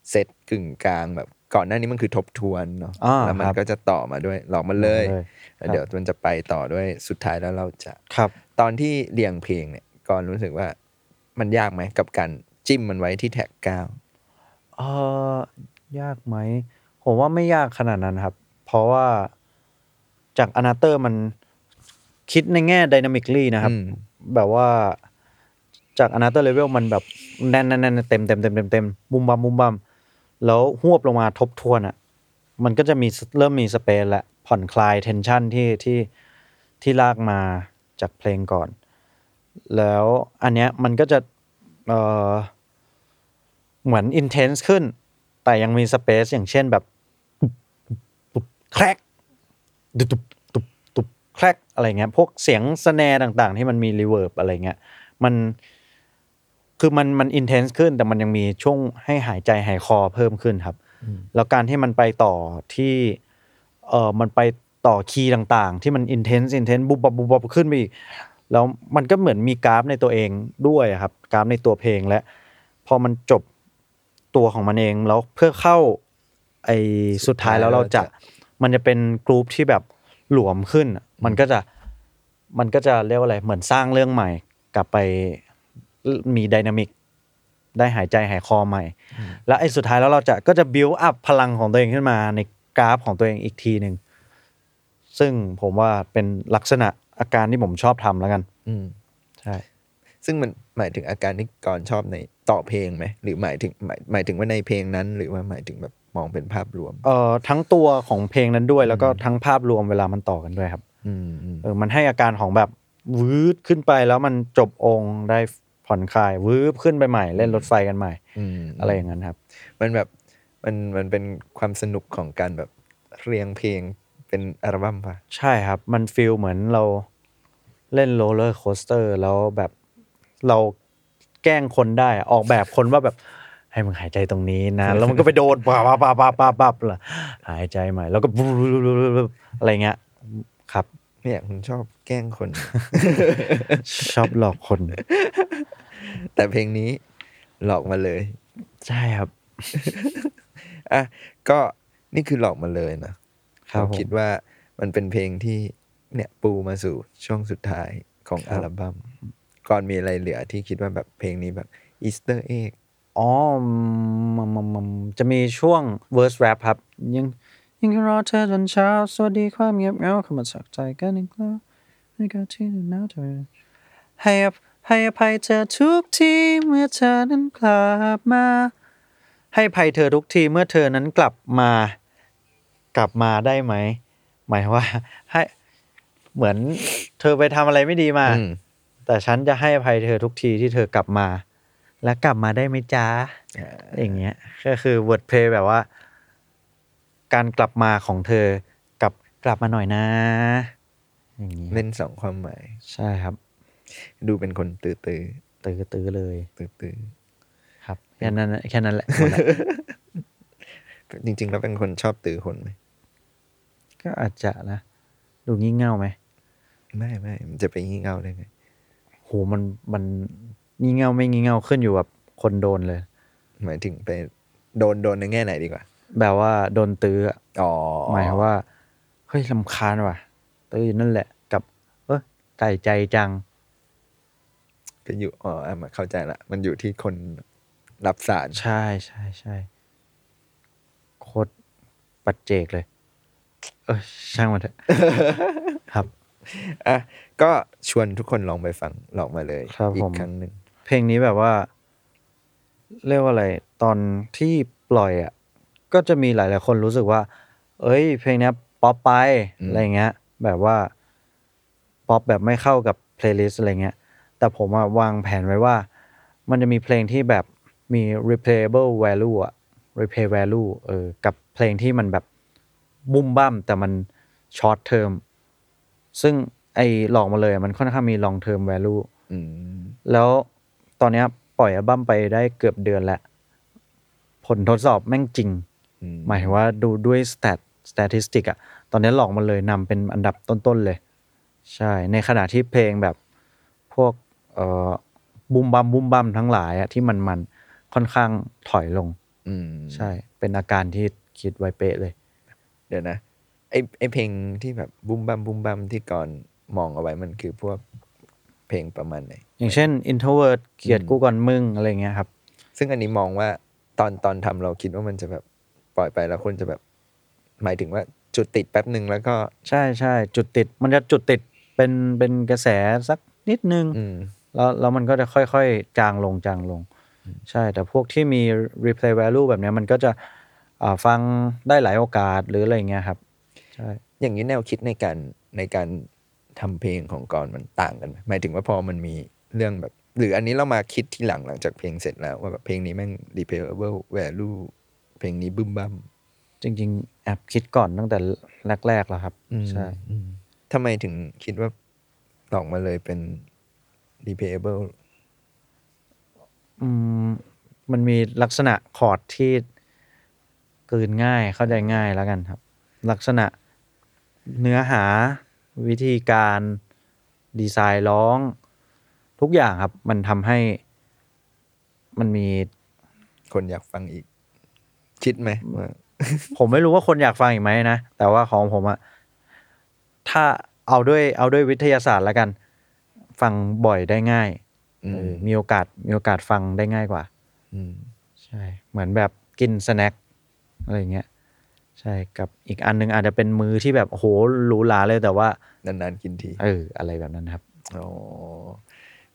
Speaker 2: เซตกึ่งกลางแบบก่อนหน้านี้มันคือทบทวนเนาะ
Speaker 3: อ่า
Speaker 2: แล้วมั
Speaker 3: คน รับ
Speaker 2: ก็จะต่อมาด้วยหลอกมันเลย
Speaker 3: เลย
Speaker 2: แล้วเดี๋ยวมันจะไปต่อด้วยสุดท้ายแล้วเราจะ
Speaker 3: ครับ
Speaker 2: ตอนที่เรียงเพลงเนี่ยก่อนรู้สึกว่ามันยากไหมกับการจิ้มมันไว้ที่แท็กเก้า
Speaker 3: เออยากไหมผมว่าไม่ยากขนาดนั้นครับ เพราะว่าจากอนาเตอร์มันคิดในแง่ดินามิกลี่นะครับ
Speaker 2: อืม
Speaker 3: แบบว่าจากอนาเตอร์เลเวลมันแบบแน่นแน่นแน่นเต็มเต็มเต็มเต็มเต็มบุมบัมบุมบัมแล้วหวบลงมาทบทวนอ่ะ มันก็จะมีเริ่มมีสเปซและผ่อนคลายเทนชันที่ที่ที่ลากมา จากเพลงก่อน แล้วอันเนี้ยมันก็จะเอ่อเหมือนอินเทนส์ขึ้น แต่ยังมีสเปซอย่างเช่นแบบตุบแครกตุบตุบตุบแครกอะไรเงี้ยพวกเสียงสแนร์ต่างๆ ที่มันมีรีเวิร์บอะไรเงี้ยมันคือมันมันอินเทนส์ขึ้น แต่มันยังมีช่วงให้หายใจหายคอเพิ่มขึ้นครับ แล้วการที่มันไปต่อที่ เออมันไปต่อคีย์ต่างๆ ที่มัน intense intense บุบบับบุบบับขึ้นไปอีก แล้วมันก็เหมือนมีกราฟในตัวเองด้วยอะครับ กราฟในตัวเพลงและ พอมันจบตัวของมันเองแล้วเพื่อเข้าไอ้สุดท้ายแล้วเราจะ มันจะเป็นกรุ๊ปที่แบบหลวมขึ้นอะมันก็จะมันก็จะเรียกว่าอะไร เหมือนสร้างเรื่องใหม่ กลับไปมีไดินามิก ได้หายใจหายคอใหม่ แล้วไอ้สุดท้ายแล้วเราจะก็จะบิวอัพพลังของตัวเองขึ้นมาในกราฟของตัวเองอีกทีหนึ่ง ซึ่งผมว่าเป็นลักษณะอาการที่ผมชอบทำแล้วกัน
Speaker 2: อืม
Speaker 3: ใช่
Speaker 2: ซึ่งมันหมายถึงอาการที่ก่อนชอบในต่อเพลงไหมหรือหมายถึงหมายหมายถึงว่าในเพลงนั้น หรือว่าหมายถึงแบบมองเป็นภาพรวม
Speaker 3: เอ่อทั้งตัวของเพลงนั้นด้วย แล้วก็ทั้งภาพรวมเวลามันต่อกันด้วยครับ
Speaker 2: อืมอืม
Speaker 3: เออมันให้อาการของแบบวืดขึ้นไปแล้วมันจบองค์ได้ผ่อนคลายวืบขึ้นไปใหม่ เล่นรถไฟกันใหม่
Speaker 2: อืม
Speaker 3: อะไรอย่างนั้นครับ
Speaker 2: มันแบบมันมันเป็นความสนุกของการแบบเรียงเพลงเป็นอัลบั้มป่ะ
Speaker 3: ใช่ครับ มันฟีลเหมือนเราเล่นโรลเลอร์โคสเตอร์แล้วแบบเราแกล้งคนได้อะออกแบบคนว่าแบบให้มึงหายใจตรงนี้นะ
Speaker 2: <laughs>
Speaker 3: แล้วมันก็ไปโดดปับปับปับปับปับปับล่ะหายใจใหม่ แล้วก็ <laughs> บบบอะไรเงี้ยครับ
Speaker 2: เนี่ยคุณชอบแกล้ง
Speaker 3: <laughs>
Speaker 2: คน
Speaker 3: ชอบหลอกคน
Speaker 2: <laughs> แต่เพลงนี้หลอกมาเลย
Speaker 3: ใช่ครับ
Speaker 2: อ่ะก็นี่คือหลอกมาเลยนะครับ
Speaker 3: ผม
Speaker 2: คิดว่ามันเป็นเพลงที่เนี่ยปูมาสู่ช่วงสุดท้ายของ
Speaker 3: ครับ
Speaker 2: อัลบั้มก่อนมีอะไรเหลือที่คิดว่าแบบเพลงนี้แบบอีสเตอร์เอ็ก
Speaker 3: อ๋อมมมมมจะมีช่วง verse rap ครับ ยังยังรอเธอจนเช้า สวัสดีความเงียบเหงาเข้ามาสักใจกันอีกแล้วในการที่หนาวเธอให้อภให้อภัยเธอทุกทีเมื่อเธอนั้นกลับมา ให้อภัยเธอทุกทีเมื่อเธอนั้นกลับมา กลับมาได้ไหม หมายว่า ให้เหมือนเธอไปทำอะไรไม่ดีมา แต่ฉันจะให้อภัยเธอทุกทีที่เธอกลับมา และกลับมาได้ไหมจ๊ะ อย่างเงี้ยก็คือ wordplay แบบว่า การกลับมาของเธอกลับกลับมาหน่อยนะ อย่างงี้
Speaker 2: เล่นสองความหมาย
Speaker 3: ใช่ครับ
Speaker 2: ดูเป็นคนตื้อตื้อ
Speaker 3: ตื้อตื้อเลย
Speaker 2: ตื้อตื้อ
Speaker 3: ครับแค่นั้นแค่นั้นแหละหมดละ
Speaker 2: จริง ๆ แล้วเป็นคนชอบตื้อคนไหม
Speaker 3: ก็อาจจะนะ ดูงี่เง่าไหม
Speaker 2: ไม่ไม่มันจะไปงี่เง่าได้ไง
Speaker 3: โหมันมันงี่เง่าไม่งี่เง่าขึ้นอยู่กับคนโดนเลย
Speaker 2: หมายถึงไปโดนโดนในแง่ไหนดีกว่า
Speaker 3: แบบว่าโดนตื้ออะ
Speaker 2: อ๋อ
Speaker 3: หมายความว่าเฮ้ยลำคาญว่ะตัวอยู่นั่นแหละกับ เออใส่ใจจัง
Speaker 2: ก็อยู่อ๋ออ่ะมาเข้าใจละมันอยู่ที่คนรับสาร
Speaker 3: ใช่ใช่ใช่โคตรปัจเจกเลย เออช่างมันเถอะ ครับ
Speaker 2: อ่ะก็ชวนทุกคนลองไปฟังลองมาเลย
Speaker 3: ครับ
Speaker 2: อี
Speaker 3: ผ
Speaker 2: ก
Speaker 3: ม
Speaker 2: ครั้งหนึ่ง
Speaker 3: เพลงนี้แบบว่า เรียกว่าอะไร ตอนที่ปล่อยอ่ะก็จะมีหลาย ๆ คนรู้สึกว่า เอ้ย เพลงเนี้ยป๊อปไปอะไรเงี้ย แบบว่าป๊อปแบบไม่เข้ากับเพลย์ลิสต์อะไรเงี้ย แต่ผมอะวางแผนไว้ว่า มันจะมีเพลงที่แบบมี replayable value อะ replay value เออกับเพลงที่มันแบบบุ้มบ้ามแต่มัน short term ซึ่งไอ้หลอกมาเลยอะมันค่อนข้างมี long term value
Speaker 2: อืม
Speaker 3: แล้วตอนเนี้ยปล่อยอัลบั้มไปได้เกือบเดือนแล้ว ผลทดสอบแม่งจริง
Speaker 2: อืม
Speaker 3: หมายถึงว่าดูด้วยส t ต t ส t ต t ิสติกอะตอนนี้หลอกมาเลยนำเป็นอันดับต้น ๆ เลย ใช่ ในขณะที่เพลงแบบพวกเอ่อบุมบัมบุมบัมทั้งหลายอะที่มันมันๆค่อนข้างถอยลง
Speaker 2: อืม
Speaker 3: ใช่ เป็นอาการที่คิดไว้เป๊ะเลย
Speaker 2: เดี๋ยวนะไอไอเพลงที่แบบบุ้มบัมบุ้มบัมที่ก่อนมองเอาไว้มันคือพวกเพลงประมาณไหน
Speaker 3: อย่างเช่น introvert เกลียดกูก่อนมึง อะไรเงี้ยครับ
Speaker 2: ซึ่งอันนี้มองว่าตอนตอนทำเราคิดว่ามันจะแบบปล่อยไปแล้วคนจะแบบ หมายถึงว่าจุดติดแป๊บหนึ่งแล้วก็
Speaker 3: ใช่ใช่จุดติดมันจะจุดติดเป็นเป็นกระแสสักนิดนึง
Speaker 2: อืม
Speaker 3: แล้วแล้วมันก็จะค่อยๆ จางลงจางลง ใช่ แต่พวกที่มี replay value แบบเนี้ยมันก็จะอ่าฟังได้หลายโอกาสหรืออะไรเงี้ยครับ ใช่
Speaker 2: อย่างนี้แนวคิดในการในการ ทำเพลงของก่อนมันต่างกันไหมหมายถึงว่าพอมันมีเรื่องแบบ หรืออันนี้เรามาคิดที่หลังหลังจากเพลงเสร็จแล้ว ว่าแบบเพลงนี้แม่ง repayable value เพลงนี้บึ้มบั้ม
Speaker 3: จริง ๆ แอบคิดก่อนตั้งแต่แรก ๆ แล้วครับ
Speaker 2: อืม
Speaker 3: ใช่
Speaker 2: อืมทำไมถึงคิดว่าออกมาเลยเป็น repayable
Speaker 3: อืมมันมีลักษณะคอร์ดที่กลืนง่ายเข้าใจง่ายแล้วกันครับ ลักษณะเนื้อหาวิธีการดีไซน์ร้อง ทุกอย่างครับ มันทำให้มันมี
Speaker 2: คนอยากฟังอีก คิดไหมว่า
Speaker 3: ผมไม่รู้ว่าคนอยากฟังอีกไหมนะ แต่ว่าของผมอะถ้าเอาด้วยเอาด้วยวิทยาศาสตร์แล้วกัน ฟังบ่อยได้ง่าย
Speaker 2: อื
Speaker 3: เอ
Speaker 2: ม
Speaker 3: อมีโอกาสมีโอกาสฟังได้ง่ายกว่า
Speaker 2: อืม
Speaker 3: ใช่ เหมือนแบบกินสแน็คอะไรอย่างเงี้ยใช่กับอีกอันหนึงอาจจะเป็นมือที่แบบโอ้โหหรูหราเลยแต่ว่า
Speaker 2: นานๆกินที
Speaker 3: เออ อะไรแบบนั้นครับ
Speaker 2: อ๋อ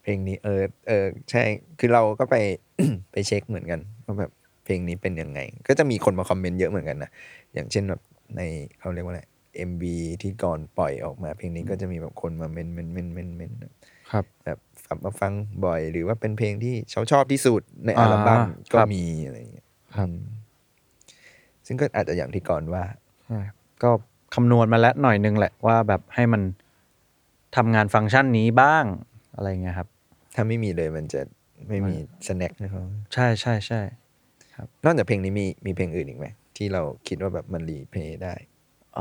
Speaker 2: เพลงนี้เออเออใช่ คือเราก็ไป <coughs> ไปเช็คเหมือนกันว่าแบบเพลงนี้เป็นยังไง ก็จะมีคนมาคอมเมนต์เยอะเหมือนกันนะ อย่างเช่นแบบในเขาเรียกว่าอะไรเอ็มบีที่ก่อนปล่อยออกมา เพลงนี้ก็จะมีแบบคนมาเมนต์เมนต์เมนต์เมนต์เมนต์
Speaker 3: ครับ
Speaker 2: แบบฟังมาฟังบ่อย หรือว่าเป็นเพลงที่ชอบชอบที่สุดในอัลบั้ม
Speaker 3: อ่า
Speaker 2: ก็
Speaker 3: ครับ
Speaker 2: มีอะไรอย่างเงี้ยอืมซึ่งก็อาจจะอย่างที่ก่อนว่า
Speaker 3: ใช่ครับก็คำนวณมาแล้วหน่อยนึงแหละว่าแบบให้มันทำงานฟังก์ชันนี้บ้างอะไรอย่างเงี้ยครับ
Speaker 2: ถ้าไม่มีเลยมันจะไม่มีสแน็คนะครับ
Speaker 3: ใช่ใช่ใช่
Speaker 2: นอกจากเพลงนี้มีมีเพลงอื่นอีกไหมที่เราคิดว่าแบบมันรีเพลย์ได้
Speaker 3: เอ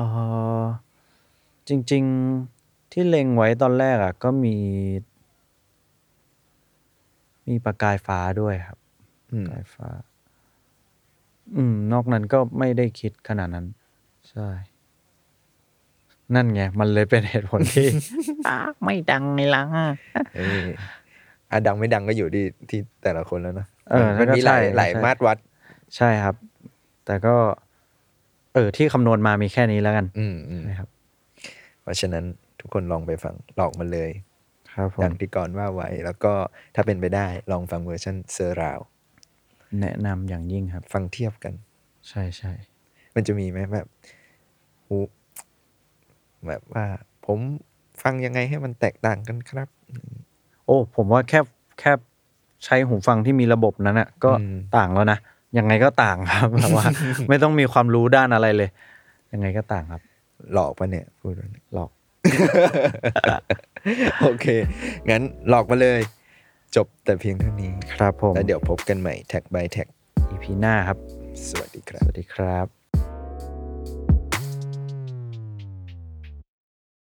Speaker 3: อจริง ๆที่เล็งไว้ตอนแรกอ่ะ ก็มี มีประกายฟ้าด้วยครับ
Speaker 2: อื
Speaker 3: ประ
Speaker 2: ม
Speaker 3: กายฟ้า อืม นอกนั้นก็ไม่ได้คิดขนาดนั้น ใช่ นั่นไง มันเลยเป็นเหตุผล <laughs> ที่ อ่ะไม่ดังไงล่ะ
Speaker 2: เอ้ยอ่ะดังไม่ดังก็อยู่ที่ที่แต่ละคนแล้วนะ
Speaker 3: เออ
Speaker 2: มันมีหลาย
Speaker 3: ใช่ใช่
Speaker 2: หลายมาตรวัด
Speaker 3: ใช่ครับ แต่ก็ เออ ที่คำนวณมามีแค่นี้แล้วกัน
Speaker 2: อืมอืม
Speaker 3: นะครับ
Speaker 2: เพราะฉะนั้นทุกคนลองไปฟังหลอกมันเลย
Speaker 3: ครับผ
Speaker 2: ดั
Speaker 3: ม
Speaker 2: งที่ก่อนว่าไว้ แล้วก็ถ้าเป็นไปได้ลองฟังเวอร์ชันเซอร์ราว
Speaker 3: แนะนำอย่างยิ่งครับ
Speaker 2: ฟังเทียบกัน
Speaker 3: ใช่ใช่
Speaker 2: มันจะมีไหมแบบอูแบบว่า ผมฟังยังไงให้มันแตกต่างกันครับ
Speaker 3: โอ้ผมว่าแค่แค่ใช้หูฟังที่มีระบบนั้นน่ะ ก็
Speaker 2: อืม
Speaker 3: ต่างแล้วนะยังไงก็ต่างครับ <laughs> แบบว่า ไม่ต้องมีความรู้ด้านอะไรเลย ยังไงก็ต่างครับ
Speaker 2: หลอกปะเนี่ยพูดว่า
Speaker 3: หลอก
Speaker 2: <laughs> โอเค งั้นหลอกมาเลย จบแต่เพียงเท่านี้
Speaker 3: ครับผม
Speaker 2: แล้วเดี๋ยวพบกันใหม่แท็ก by แท็ก
Speaker 3: EP หน้าครับ
Speaker 2: สวัสดีค
Speaker 3: ส
Speaker 2: รับ
Speaker 3: วัสดีครับ